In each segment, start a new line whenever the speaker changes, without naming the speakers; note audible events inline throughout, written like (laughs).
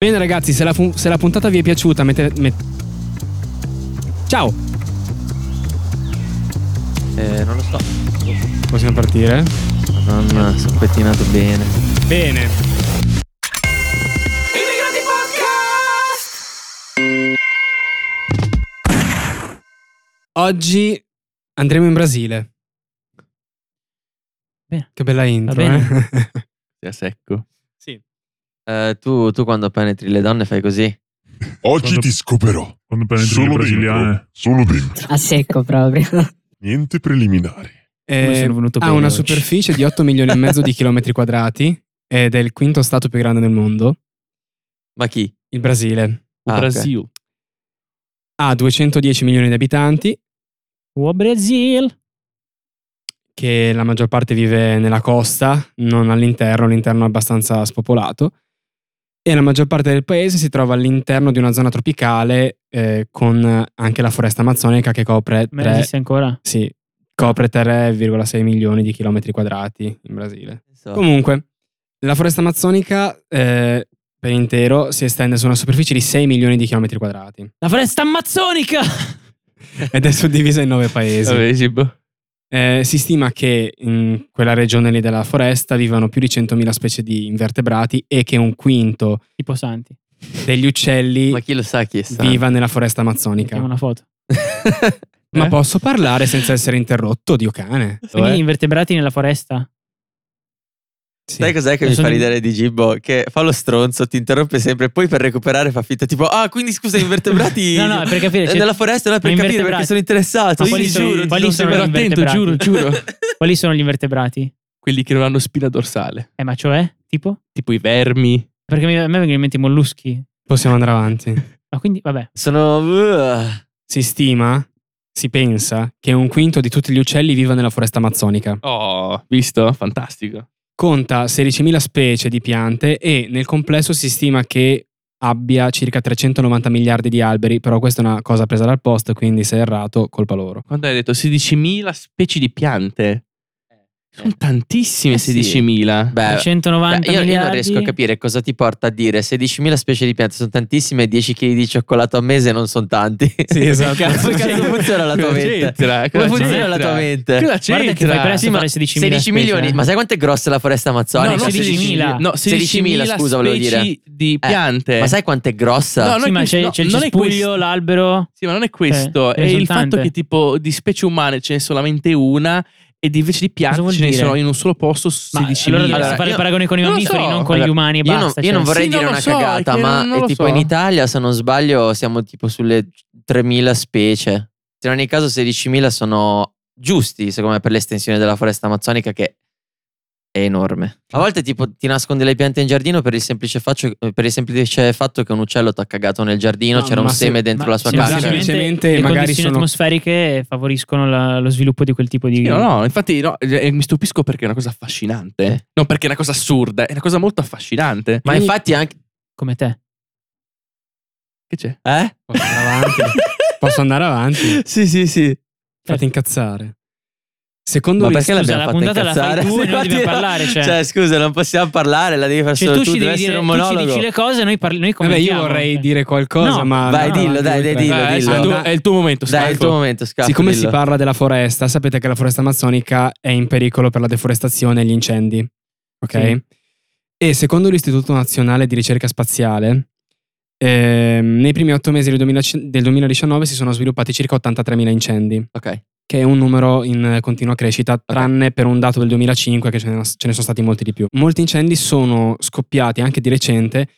Bene ragazzi, se la, fu- se la puntata vi è piaciuta, mette- met- Ciao!
Eh, non lo so. Eh,
Possiamo partire?
Non sono pettinato bene.
Bene. Oggi andremo in Brasile.
Bene.
Che bella intro,
bene. (laughs)
eh?
Sia secco.
sì.
Eh, tu, tu quando penetri le donne fai così?
Oggi
Cosa-
ti scoperò.
Quando penetri le
Solo
brasiliane.
dentro. Solo dentro.
A secco proprio. (laughs)
Niente preliminari.
Come sono venuto
Eh, ha
bene
una
oggi.
superficie di 8 milioni e mezzo di chilometri quadrati ed è il quinto stato più grande del mondo,
Ma chi?
il Brasile.
Ah, ok.
Brasil.
Ha 210 milioni di abitanti,
O Brasil.
che la maggior parte vive nella costa, non all'interno, l'interno è abbastanza spopolato. E la maggior parte del paese si trova all'interno di una zona tropicale eh, con anche la foresta amazzonica che copre
Ma
tre-
esiste ancora?
sì, copre 3,6 milioni di chilometri quadrati in Brasile.
Non so.
Comunque, la foresta amazzonica eh, per intero si estende su una superficie di 6 milioni di chilometri quadrati
La foresta amazzonica! (laughs)
ed è suddivisa in nove paesi.
Vabbè, sì, boh.
Eh, si stima che in quella regione lì della foresta vivano più di 100.000 specie di invertebrati e che un quinto
Tipo Santi.
degli uccelli
Ma chi lo sa chi è stato?
viva nella foresta
Mettiamo
amazzonica.
una foto.
Ma
Eh?
posso parlare senza essere interrotto, Dio cane?
Quindi gli
Eh?
invertebrati nella foresta.
Sì.
(laughs) Sai cos'è che
Eh,
mi
sono-
fa ridere di Gibbo? Che fa lo stronzo, ti interrompe sempre, poi per recuperare fa finta tipo "Ah, quindi scusa, invertebrati
(laughs) No, no, è per capire.
eh,
cioè,
nella foresta, no, per
ma
capire
invertebrati.
perché sono interessato".
Ma
Io
quali
ti
sono-
giuro,
quali
ti
sono
sono
gli
attento, giuro,
invertebrati?
giuro.
(laughs) Quali sono gli invertebrati?
quelli che non hanno spina dorsale,
Eh, ma cioè? Tipo?
tipo i vermi.
Perché mi- a me vengono in mente i molluschi.
Possiamo andare avanti.
Ma quindi, vabbè.
sono uh.
Si stima, si pensa, che un quinto di tutti gli uccelli viva nella foresta amazzonica.
Oh, visto? Fantastico.
Conta 16.000 specie di piante e nel complesso si stima che abbia circa 390 miliardi di alberi, però questa è una cosa presa dal post, quindi se è errato, colpa loro.
Quando hai detto 16.000 specie di piante, sono tantissime
Eh sì.
16.000. (laughs)
Beh,
190
Beh, io, io non
miliardi.
riesco a capire cosa ti porta a dire 16.000 specie di piante sono tantissime, 10 kg di cioccolato a mese non sono tanti.
(laughs) Sì, esatto.
Che cazzo, che cazzo funziona la tua
Cosa
mente?
c'entra?
(laughs) Come
Cosa
funziona la
c'entra?
tua mente?
Cosa
Guarda che
c'entra?
fai eh. presto
Sì,
a
ma
fare 16
16 milioni, ma sai quanto è grossa la foresta
No,
amazzonica?
no,
16.000.
16.000. No,
16.000,
16.000
scusa, volevo dire. Eh,
specie di piante.
Ma sai quanto è grossa?
No,
sì,
è
ma
questo-
c'è,
no,
c'è il
non è
cespuglio,
questo.
l'albero.
Sì, ma non è
Eh,
questo.
ce
è
ne
il
son tante.
fatto che tipo di specie umane ce n'è solamente una ed invece di piante
vuol
ce ne
dire?
sono in un solo posto
Ma
16.000.
allora dovresti
Allora,
fare
io-
il paragone con i
non lo
mammiferi,
so.
non con gli
Allora,
umani e
Io non,
basta.
io non
cioè.
vorrei
Sì,
dire
non lo
una
so,
cagata,
è che
ma
non
è
lo
tipo
so.
in Italia, se non sbaglio, siamo tipo sulle 3.000 specie. Se in ogni caso 16.000 sono giusti, secondo me, per l'estensione della foresta amazzonica che è enorme. A volte tipo ti nascondi le piante in giardino per il semplice, faccio- per il semplice fatto che un uccello ti ha cagato nel giardino,
No,
c'era un
ma se-
seme dentro
Ma
la sua
sì,
ma
casa.
caccia.
semplicemente-
le
magari
condizioni
sono-
atmosferiche favoriscono la- lo sviluppo di quel tipo di...
Sì, No, no, infatti no, eh, mi stupisco perché è una cosa affascinante. Non perché è una cosa assurda, è una cosa molto affascinante.
Eh. Ma infatti anche...
Come te.
Che c'è?
Eh?
Posso andare
(laughs)
avanti? Posso andare
(laughs)
avanti?
Sì, sì, sì.
Eh,
Fate incazzare. Secondo
Ma
il-
perché
scusa,
l'abbiamo
la
fatta
puntata la fai
incazzare?
tu e noi
Infatti
dobbiamo
no.
parlare, cioè.
Cioè, scusa, non possiamo parlare, la devi fare
Cioè,
solo
tu
tu,
ci
deve
devi
essere
dire,
un
tu ci
monologo.
dici le cose, noi, parli, noi
Vabbè, io
commentiamo.
vorrei
Cioè.
dire qualcosa,
No,
ma...
vai,
no,
dillo, dai,
dai,
dai,
dai.
dillo,
Dai,
dillo.
è il tuo-
Andà-
È il tuo momento,
Dai, è il
Scafo.
tuo momento, scappa.
Siccome si
dillo.
parla della foresta, sapete che la foresta amazzonica è in pericolo per la deforestazione e gli incendi. Ok?
Sì.
E secondo l'Istituto Nazionale di Ricerca Spaziale, ehm, nei primi otto mesi del, 2000 del 2019 si sono sviluppati circa 83.000 incendi,
Ok.
che è un numero in eh, continua crescita, tranne per un dato del 2005 che ce ne, ce ne sono stati molti di più. Molti incendi sono scoppiati anche di recente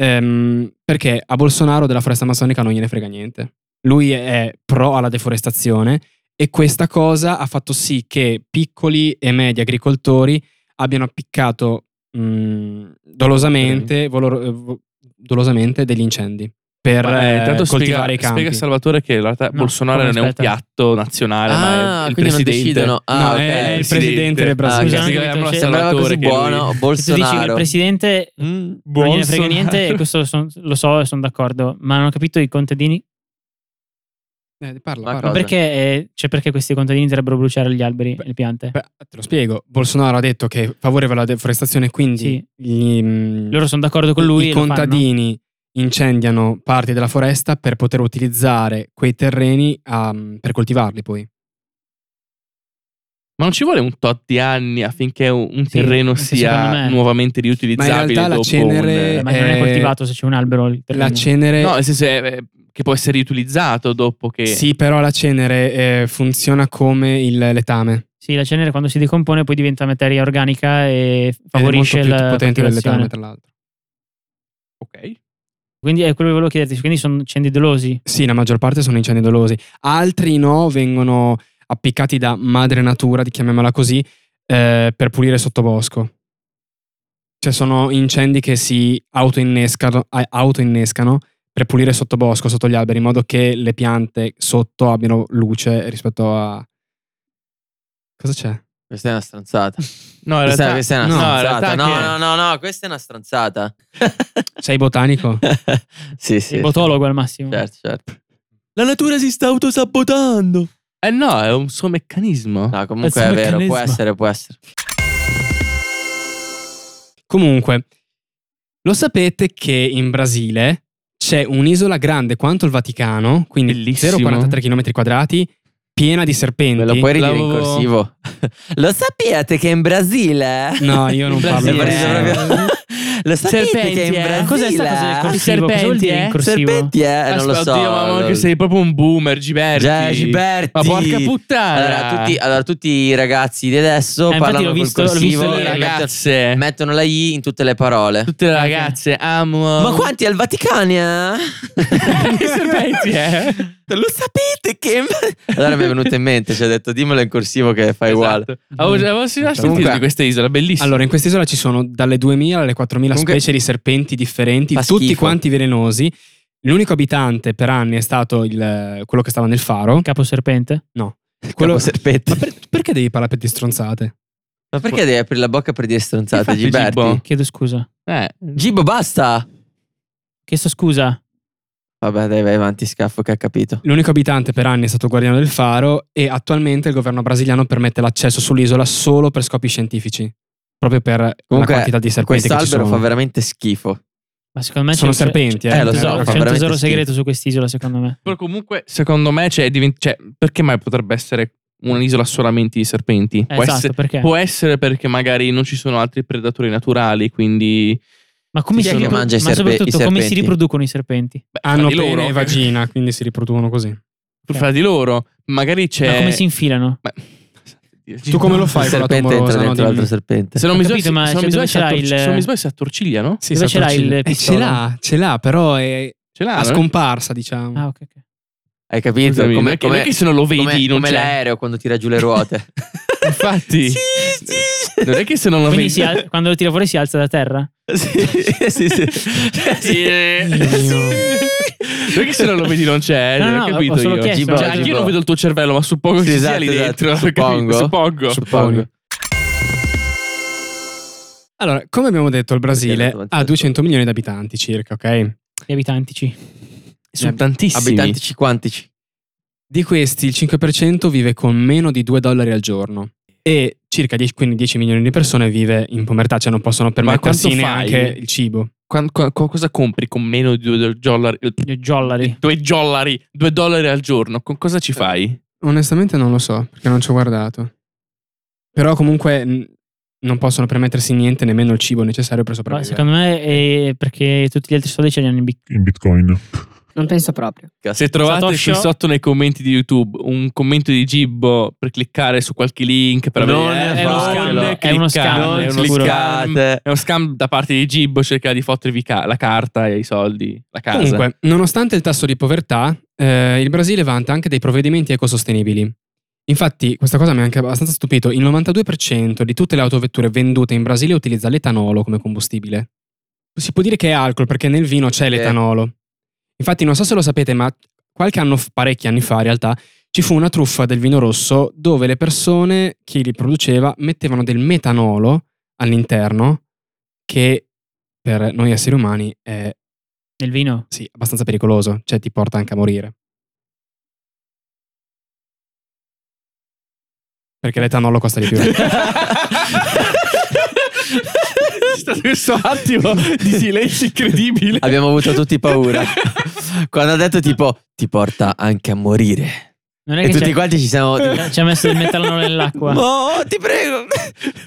ehm, perché a Bolsonaro della foresta amazzonica non gliene frega niente. Lui è pro alla deforestazione e questa cosa ha fatto sì che piccoli e medi agricoltori abbiano appiccato mh, dolosamente, volor- eh, vo- dolosamente degli incendi per
Ma, eh,
eh,
intanto
coltivare
spiega,
i campi.
spiega a Salvatore che in realtà
No,
Bolsonaro
come
non è un
aspetta?
piatto nazionale, ma
Ah,
è il
quindi non
presidente.
decidono. Ah,
No,
ok.
è il
il
presidente del
presidente.
Brasile.
Ah, ok.
Spieghiamolo a
Sembrava
Sembrava
Salvatore
così
che lui-
buono.
Se tu dici che il
Bolsonaro.
presidente
Mm,
non gliene frega
Bolsonaro.
niente, e questo son- lo so e sono d'accordo, ma non ho capito i contadini.
Eh, parla,
Ma
parla.
cosa?
Perché, eh, cioè, perché questi contadini dovrebbero bruciare gli alberi e le piante?
Beh, te lo spiego. Bolsonaro ha detto che favoreva la deforestazione, quindi
Sì.
gli, mh,
Loro sono d'accordo con
i
lui. e lo fanno.
contadini incendiano parti della foresta per poter utilizzare quei terreni a- per coltivarli poi.
Ma non ci vuole un tot di anni affinché un, un terreno
anche
sia
secondo me.
nuovamente riutilizzabile
Ma in realtà la
dopo
cenere-
un-
Ma non è
Eh,
coltivato se c'è un albero. il
La
terreno.
cenere
No, nel senso è- è- che può essere riutilizzato dopo che...
Sì, però la cenere eh, funziona come il letame.
Sì, la cenere quando si decompone poi diventa materia organica e
Ed
favorisce
è molto più
la
potente del
coltivazione.
letame, tra l'altro.
Ok.
Quindi è quello che volevo chiederti. Quindi sono cendi dolosi.
Sì, la maggior parte sono incendi dolosi. Altri no, vengono appiccati da madre natura, di- chiamiamola così, eh, per pulire il sottobosco. Cioè sono incendi che si autoinnescano, eh, autoinnescano per pulire il sottobosco sotto gli alberi, in modo che le piante sotto abbiano luce rispetto a... Cosa c'è?
Questa è una stronzata.
No, in
Questa,
realtà...
questa è una
no, in
stronzata.
realtà
No,
che-
no, no, no, questa è una (laughs) stronzata.
Sei botanico?
sì, sì.
Il botologo al massimo.
Certo, certo.
La natura si sta autosabotando. Eh no, è un suo meccanismo.
No, comunque
Pezzo
è vero, può
meccanismo.
essere, può essere.
Comunque, lo sapete che in Brasile c'è un'isola grande quanto il Vaticano, quindi
Bellissimo.
0,43 km quadrati, piena di serpenti.
Me lo puoi ridire in
l'avevo-
corsivo? (laughs) lo sapete che in Brasile... eh,
No, io
(laughs)
non parlo
Brasile,
brasile.
proprio- lo sapete che in Brasile...
Cos'è sta cosa del corsivo? Cosa vuol dire in corsivo?
Serpenti, eh? Non lo so.
Aspetta, Oddio, mamma, che sei proprio un boomer, Giberti.
Già, Giberti.
Ma porca puttana.
Allora tutti, allora, tutti i ragazzi di adesso
Eh, infatti
parlano
l'ho
col
visto- l'ho
corsivo
visto
e
Tutte le
ieri,
mettono-
ragazze.
mettono la I in tutte le parole.
Tutte le ragazze. Amo.
Ma
(laughs)
quanti al Vaticano? eh? (laughs)
Che serpenti, eh?
Lo sapete che... Allora mi è venuto in mente, ci ha detto dimmelo in corsivo che fa uguale.
Esatto. Avevo già avevo già sentito
Comunque-
di questa isola, bellissima.
Allora, in quest'isola ci sono dalle 2.000 alle 4.000
Comunque-
specie di serpenti differenti,
Fa
tutti
schifo.
quanti velenosi. L'unico abitante per anni è stato il- quello che stava nel faro.
Capo serpente.
Quello-
Capo serpente.
Ma per- perché devi parlare per di stronzate?
Ma perché devi aprire la bocca per dire stronzate,
Infatti,
Giberti?
Gibbo.
Chiedo scusa.
Eh,
Gibo, basta!
Chiesto scusa.
Vabbè, dai, vai avanti, scaffo, che ha capito.
L'unico abitante per anni è stato il guardiano del faro e attualmente il governo brasiliano permette l'accesso sull'isola solo per scopi scientifici, proprio per
Comunque,
la quantità di serpenti
Questo
che ci
albero
sono.
fa veramente schifo.
Ma secondo me
Sono
c'è,
serpenti,
c'è,
eh.
c'è
Eh, lo
un
so, fa
tesoro, c'è un
veramente
tesoro
schifo.
segreto su quest'isola, secondo me.
però comunque, secondo me, c'è divent- cioè, perché mai potrebbe essere un'isola solamente di serpenti?
Eh,
Può
esatto,
essere-
perché?
Può essere perché magari non ci sono altri predatori naturali, quindi
Ma come
Chi
si
è che
ripro-
mangia i serpe-
ma
i
soprattutto come si
serpenti?
riproducono i serpenti?
beh, fra
Hanno
di loro, eh.
pene e vagina, quindi si riproducono così.
fra di loro, magari c'è
Ma come si infilano?
Ma-
Tu come lo fai
il
con la tua
serpente entra
amorosa, no?
dentro l'altro
Dimmi.
serpente.
Se non
Ho
mi sbaglio,
capito, ma
se
c'è
non mi
dove
sguardo si
c'era
attor-
il-
se non mi sguardo si attorciglia, no?
Sì,
Dove
si
ce l'ha
attorciglia.
il
Eh, ce
pistolo?
l'ha, ce l'ha, però è
Ce l'ha,
a
Ah, no?
scomparsa, diciamo.
Mm.
Ah, ok, ok.
Hai capito?
Scusami, non
Come,
è che-
come-
non è che se non lo vedi
come-
non
come
c'è.
l'aereo quando tira giù le ruote.
(laughs) Infatti.
(laughs) sì, sì.
(laughs) Non è che se non lo
Quindi
vedi...
si
(laughs)
al- quando lo tira fuori si alza da terra?
sì, sì, sì.
Sì.
(laughs)
Non è che se non lo vedi non c'è, eh,
No,
non
no,
ho
ho-
capito
ho solo
io.
chiesto,
Cioè,
eh.
anch'io non vedo il tuo cervello, ma suppongo
Sì,
che
esatto,
sia lì
esatto.
dentro. (laughs)
Suppongo.
Suppongo.
Supponi. Allora, come abbiamo detto, il
Perché
Brasile
è davanti
ha
al
200 milioni di abitanti circa, ok?
Gli abitantici.
Sono tantissimi.
Abitanti cinquantici.
Di questi il 5% vive con meno di 2 dollari al giorno e circa 10, quindi 10 milioni di persone vive in povertà, cioè non possono permettersi
quanto fai?
neanche il cibo.
Quan- co- co- cosa compri con meno di 2 dollari?
Gli jollari.
2 dollari, due dollari al giorno. Con cosa ci fai?
Onestamente non lo so perché non ci ho guardato. Però comunque mh, non possono permettersi niente, nemmeno il cibo necessario per
Però
sopravvivere.
secondo me è perché tutti gli altri soldi ce li hanno in bitcoin.
in bitcoin.
Non penso proprio.
Se trovate
Satoshi-
qui sotto nei commenti di YouTube un commento di Gibbo per cliccare su qualche link per
Non
avere eh,
è uno scam,
è uno scam,
cliccare,
è
non
uno sicuro.
cliccare.
Cliccate.
È uno scam da parte di Gibbo, cerca di fottervi ca- la carta e i soldi, la casa. (laughs)
Comunque, nonostante il tasso di povertà, eh, il Brasile vanta anche dei provvedimenti ecosostenibili. Infatti, questa cosa mi ha anche abbastanza stupito. Il 92% di tutte le autovetture vendute in Brasile utilizza l'etanolo come combustibile. Si può dire che è alcol perché nel vino c'è
Eh.
l'etanolo. Infatti, non so se lo sapete, ma qualche anno, f- parecchi anni fa in realtà, ci fu una truffa del vino rosso dove le persone, chi li produceva, mettevano del metanolo all'interno che per noi esseri umani è
Nel vino?
sì, abbastanza pericoloso, cioè ti porta anche a morire. Perché l'etanolo costa di più.
stato questo attimo di silenzio incredibile.
Abbiamo avuto tutti
(laughs)
paura. Quando ha detto tipo ti porta anche a morire.
Non è
E
che
tutti
c'è-
quanti ci siamo...
ci ha messo il metallone nell'acqua.
Oh,
No, ti prego.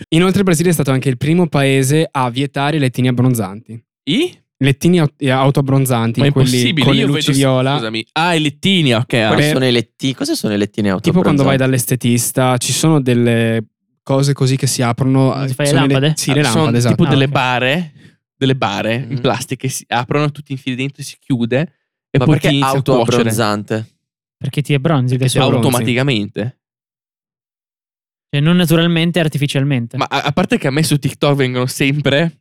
Inoltre il Brasile è stato anche il primo paese a vietare i lettini abbronzanti.
I?
Lettini aut- eh, autoabbronzanti,
Ma è
quelli
impossibile.
con le
io
luci
vedo-
viola.
Scusami. Ah, i lettini, ok. ah.
Quali
Beh.
sono i letti? Cosa sono i lettini auto?
Tipo quando vai dall'estetista, ci sono delle cose così che si aprono. eh,
Ti fai le
sono
lampade?
sì, le
Sono
lampade, esatto. Mm-hmm.
tipo
Ah,
delle
ok.
bare, delle bare in
Mhm.
plastica che si aprono tutti infili dentro, si chiude e
Ma
poi
perché
ti inizia a
auto
cuocere
abbronzante?
Perché ti abbronzi da solo.
abbronzi.
automaticamente.
Cioè, non naturalmente, artificialmente.
Ma a, a parte che a me su TikTok vengono sempre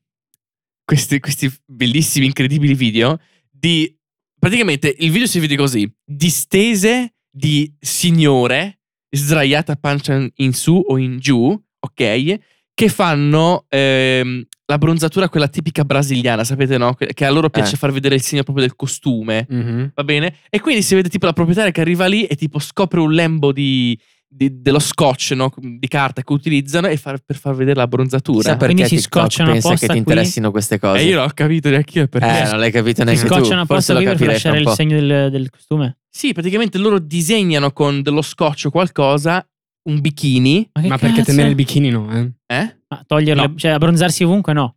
questi, questi bellissimi, incredibili video di... Praticamente il video si vede così. Distese di signore, sdraiata pancia in- in su o in giù, ok? Che fanno ehm, la bronzatura quella tipica brasiliana, sapete no? Que- Che a loro piace
Eh.
far vedere il segno proprio del costume.
Mhm.
Va bene? E quindi si vede tipo la proprietaria che arriva lì e tipo scopre un lembo di, di- dello scotch no? di carta che utilizzano e far- per far vedere la
Chissà
bronzatura.
perché
Quindi si
TikTok
scocciano
pensa
apposta
che ti
qui?
interessino queste cose.
E Eh, io non ho capito neanche io perché.
Eh, non l'hai capito
ti
neanche tu.
scocciano
Forse
apposta
lo
qui per
capirai tra
lasciare
un
il
po'.
segno del, del costume.
Sì, praticamente loro disegnano con dello scotch o qualcosa un bikini.
che
Ma perché
cazzo?
tenere il bikini no, eh?
Eh?
Ma toglierle,
No.
cioè abbronzarsi ovunque no.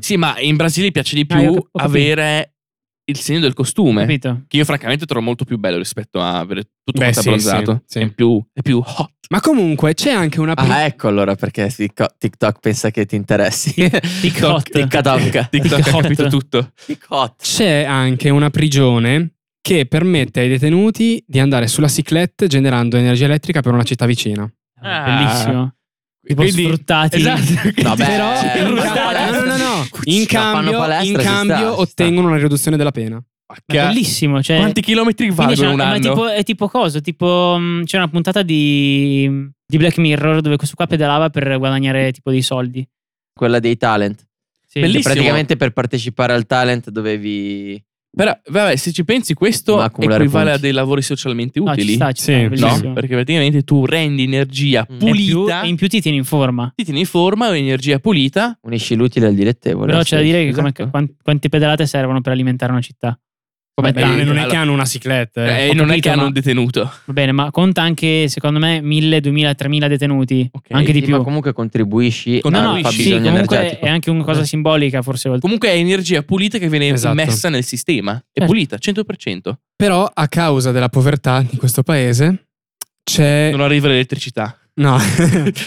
Sì, ma in Brasile piace di
Ah,
più
io ho cap- ho capito.
avere il segno del costume.
Capito?
Che io francamente trovo molto più bello rispetto a avere tutto
Beh,
quanto
sì,
abbronzato.
sì, sì.
È, più, è più hot.
Ma comunque c'è anche una. pri-
Ah, ecco allora perché si- co- TikTok pensa che ti interessi. (laughs)
TikTok.
TikTok.
(laughs) TikTok ha
Hot.
capito tutto.
TikTok.
c'è anche una prigione che permette ai detenuti di andare sulla ciclette generando energia elettrica per una città vicina.
Ah.
Bellissimo. Tipo sfruttati. (laughs)
Esatto.
Vabbè,
Però
Eh,
in
ma
ca-
palestra-
no, no, no, no.
Ci
In
sta, fanno
cambio,
palestra,
in
ci sta, ci
cambio
sta.
ottengono una riduzione della pena.
Ma bellissimo. Cioè,
Quanti chilometri
quindi c'è-
valgono un
ma è
anno?
tipo, è tipo cosa? Tipo, mh, c'è una puntata di, di Black Mirror dove questo qua pedalava per guadagnare tipo dei soldi.
Quella dei talent.
Sì.
Che
Bellissimo.
praticamente per partecipare al talent dovevi...
Però, vabbè, se ci pensi, questo
Ma accumulare
equivale a
punti.
dei lavori socialmente
No, ci
utili.
sta, ci
Sì,
sta,
no?
bellissimo.
no? Perché praticamente tu rendi energia
Mm.
E in più-
pulita,
e in più ti tieni in forma.
ti tieni in forma, energia pulita.
Unisci l'utile al dilettevole.
Però c'è da dire che
esatto.
come- quan- quante, pedalate servono per alimentare una città. Come
Vabbè,
tante.
non è
allora-
che hanno una ciclette. eh.
e
ho
non è
capito,
che hanno
ma-
un detenuto.
Va bene, ma conta anche, secondo me, 1000, 2000, 3000 detenuti.
Ok,
anche di
Sì,
più.
Ma comunque contribuisci,
Contribuisci,
al
no, no, sì,
fabbisogno
comunque
energetico.
è anche una cosa simbolica, forse. oltre.
Comunque è energia pulita che viene
Esatto.
messa nel sistema. È
Certo.
pulita, 100%.
Però a causa della povertà di questo paese c'è...
Non arriva l'elettricità.
(laughs) No.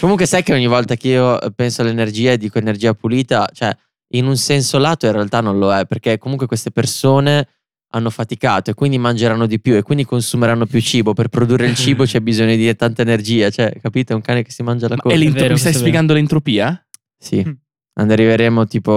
Comunque sai che ogni volta che io penso all'energia e dico energia pulita, cioè in un senso lato in realtà non lo è, perché comunque queste persone hanno faticato e quindi mangeranno di più e quindi consumeranno più cibo. Per produrre il cibo c'è bisogno di tanta energia, cioè capito? È un cane che si mangia la
Ma
coda.
è l'entro-
vero,
mi
questo
stai
è vero.
spiegando l'entropia?
Sì.
Mm.
Arriveremo tipo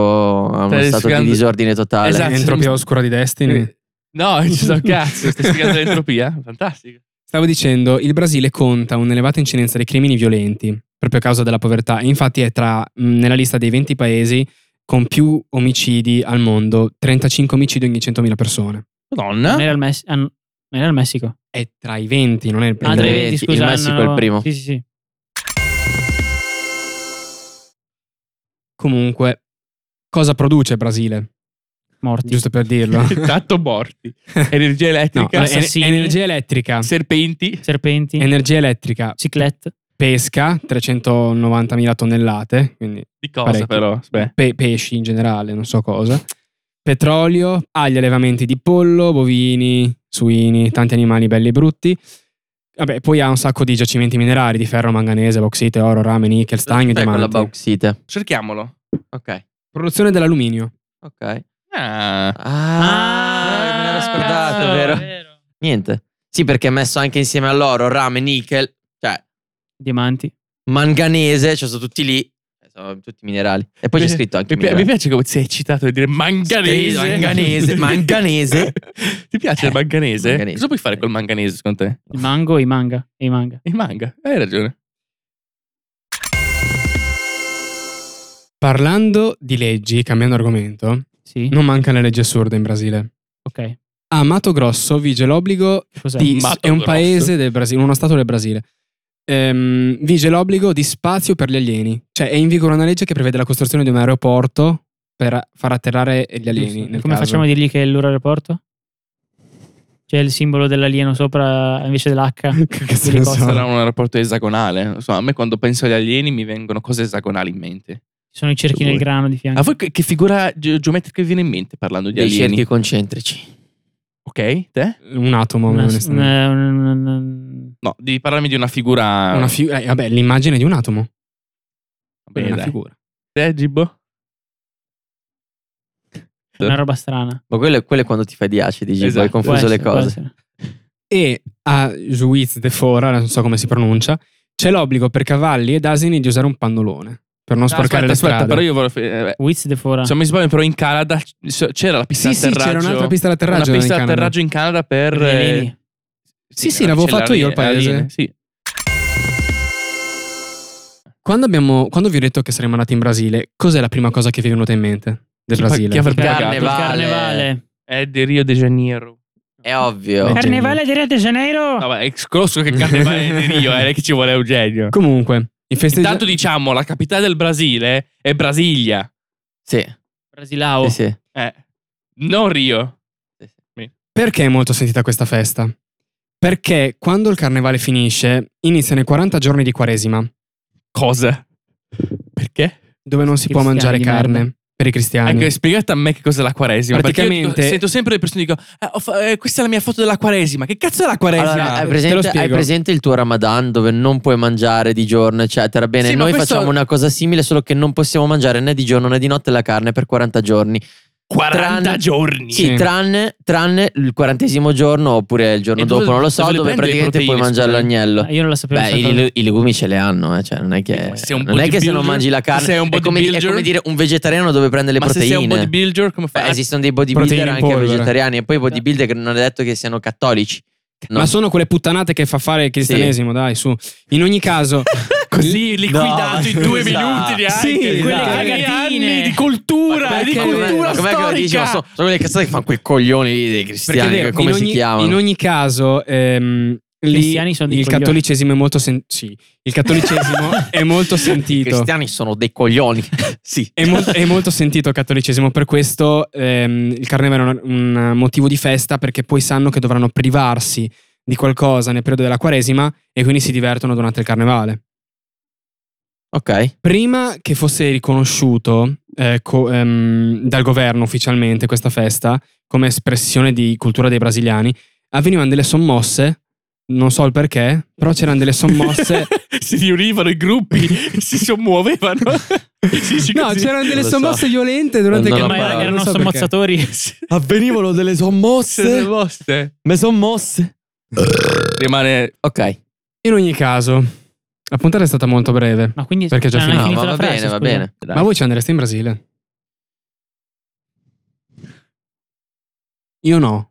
a uno
Stai
stato
spiegando-
di disordine
(laughs)
totale.
Esatto.
Entropia oscura di Destiny.
(laughs) No, ci sto cazzo. Stai spiegando (laughs) l'entropia? Fantastico.
Stavo dicendo, il Brasile conta un'elevata incidenza di crimini violenti, proprio a causa della povertà. Infatti è tra, mh, nella lista dei 20 paesi con più omicidi al mondo, 35 omicidi ogni 100.000 persone.
Madonna.
Non era il, Mes- ah, no, non era il Messico.
È tra i 20, non è il primo.
Ah, tra i
il-
20,
il
scusa,
Messico
no,
è il primo.
Sì, sì, sì.
Comunque, cosa produce il Brasile?
Morti.
Giusto per
(laughs)
dirlo.
Tanto morti. Energia
No,
elettrica,
en-
assassini.
energia elettrica.
serpenti.
Serpenti.
Energia elettrica,
Ciclette.
pesca, 390.000 tonnellate, quindi
Di cosa
Parecchi.
però? Beh.
pe- pesci in generale, non so cosa. Petrolio, ha gli allevamenti di pollo, bovini, suini, tanti animali belli e brutti. Vabbè, poi ha un sacco di giacimenti minerari di ferro, manganese, bauxite, oro, rame, nickel, stagno,
Dai, con Ecco la
diamanti.
bauxite.
Cerchiamolo.
Ok.
Produzione dell'alluminio.
Ok.
Ah.
Ah, me l'ero scordato, vero?
eh.
Niente. Sì, perché è messo anche insieme all'oro, rame, nickel, cioè
Diamanti.
manganese, cioè sono tutti lì, eh, sono tutti minerali. E poi c'è scritto anche
Mi, pi- mi
minerali.
piace come sei eccitato di dire manganese.
Sì,
(laughs)
manganese, (laughs) manganese.
Ti piace
Eh,
il manganese?
manganese.
Cosa puoi fare col manganese secondo te?
Il mango e i manga. E i manga.
Il manga. Hai ragione.
Parlando di leggi, cambiando argomento,
Sì.
non mancano le leggi assurde in Brasile.
Ok.
A Mato Grosso vige l'obbligo
Cos'è?
di...
Mato
è un
Cioè, Grosso?
paese del Brasile, uno stato del Brasile. ehm, vige l'obbligo di spazio per gli alieni. Cioè è in vigore una legge che prevede la costruzione di un aeroporto per far atterrare gli alieni.
Come
nel caso.
facciamo a dirgli che è il loro aeroporto? C'è il simbolo dell'alieno sopra invece dell'H.
(laughs) Che cazzo ne
Elicottero.
so.
Oh, Sarà un rapporto esagonale. Non so, a me quando penso agli alieni mi vengono cose esagonali in mente.
Ci sono i cerchi nel grano di
A
fianco.
voi che, che figura ge- geometrica vi viene in mente parlando di
Dei
alieni?
cerchi concentrici.
Ok, te?
Un atomo,
Una-
onestamente.
una- un- un- un-
No, devi parlarmi di una figura.
Una fi- eh, vabbè, l'immagine di un atomo.
Vabbè,
una
dai.
figura.
Te, Gibbo?
una roba strana.
Ma quello è, quello è quando ti fai di acidi, Gibbo,
Esatto.
hai
Può
confuso
essere,
le
può
cose.
essere.
e a Juiz de Fora, non so come si pronuncia, c'è l'obbligo per cavalli ed asini di usare un pannolone per non sporcare
aspetta,
le
aspetta,
strade.
però io volevo. eh,
Wiz de Fora.
Se non mi sbaglio, però in Canada c- c'era la pista
Sì, sì,
d'atterraggio.
c'era un'altra pista d'atterraggio.
Una pista
in Canada.
d'atterraggio in Canada per.
Per gli
eh,
alieni.
Sì, sì, l'avevo
c'era
fatto io il
alieni-
paese.
alieni, sì.
Quando, abbiamo, quando vi ho detto che saremmo andati in Brasile, cos'è la prima cosa che vi è venuta in mente del
Chi pa-
Brasile?
chi avrebbe
Il
pagato?
il carnevale.
È di Rio de Janeiro.
È ovvio.
Beh,
Carnevale di Rio de
Ah.
Janeiro.
No, ma è scorso che il carnevale
(laughs)
è di Rio, era che ci vuole Eugenio.
Comunque, i festeggiamenti.
Intanto diciamo, la capitale del Brasile è Brasilia.
Sì,
Brasilao.
sì, sì.
Eh, non Rio.
Sì, sì.
Perché è molto sentita questa festa? Perché quando il carnevale finisce, iniziano i 40 giorni di quaresima.
Cosa? Perché?
dove non si può
Cristiani
mangiare
di merda.
carne per i cristiani.
Ecco, spiegate a me che cos'è la quaresima. perché io
Ah, Praticamente-
dico- sento sempre le persone che dicono: "Ah, ho fa- eh, Questa è la mia foto della quaresima. Che cazzo è la quaresima?
Allora, hai,
te lo
presente,
spiego.
hai presente il tuo Ramadan dove non puoi mangiare di giorno, eccetera? Bene,
Sì, ma
noi
questo-
facciamo una cosa simile, solo che non possiamo mangiare né di giorno né di notte la carne per 40 giorni.
40
tranne-
giorni.
Sì,
Sì.
tranne, tranne il quarantesimo giorno oppure il giorno
E dove-
dopo, non lo so,
dove le
dove
prendi le
praticamente puoi mangiare
proteine, scusa?
l'agnello.
Ah, Io non la sapevo.
Beh,
questa
i,
cosa.
le- i legumi ce le hanno, eh, cioè, non è che,
Se sei un
non è che se
bodybuilder-
non mangi la carne
se sei un
è, come, è
bodybuilder-
come dire un vegetariano dove prende le
Ma se sei un
proteine.
bodybuilder, come fai?
Beh,
Ah,
esistono dei bodybuilder
Proteine in
anche
polvere.
vegetariani e poi i bodybuilder che non è detto che siano cattolici. No.
Ma sono quelle puttanate che fa fare il cristianesimo, dai, su. In ogni caso,
Così liquidato
No, Esatto. (laughs)
in due
scusa.
minuti neanche.
Sì,
quelle
dai.
Cagatine.
anni di cultura, di
perché-
cultura
com'è che lo dici? Ma
storica.
sono, sono quelle cazzate che fanno quei coglioni lì dei
perché è
cristiani,
vero,
come
in
si
ogni,
chiamano?
in ogni caso, ehm, lì
Cristiani sono dei
il
coglioni.
cattolicesimo è molto sen- sì, il
(laughs)
cattolicesimo è molto
I
sentito.
cristiani sono dei coglioni. (laughs) sì.
È, mol- è molto sentito il cattolicesimo, per questo ehm, il carnevale è un, un motivo di festa perché poi sanno che dovranno privarsi di qualcosa nel periodo della quaresima e quindi si divertono durante il carnevale.
Ok.
Prima che fosse riconosciuto eh, co- ehm, dal governo ufficialmente questa festa come espressione di cultura dei brasiliani, avvenivano delle sommosse, non so il perché, però c'erano delle
(laughs)
sommosse.
si riunivano i gruppi, (laughs) si sommuovevano. Si dice
no,
così.
c'erano
Non
delle
lo
sommosse
so.
violente durante
Non
il
ho
Ma
parole,
carnevale.
non
erano
so perché.
sommozzatori.
Avvenivano delle
Delle
sommosse.
vostre.
Me sommosse.
Rimane
Ok.
In ogni caso, la puntata è stata molto breve.
Ma quindi
Perché già
cioè, non
finito.
hai
No,
finito
ma
la
va
frase,
bene, va
scusa.
bene.
Ma voi ci andreste in Brasile? Io no.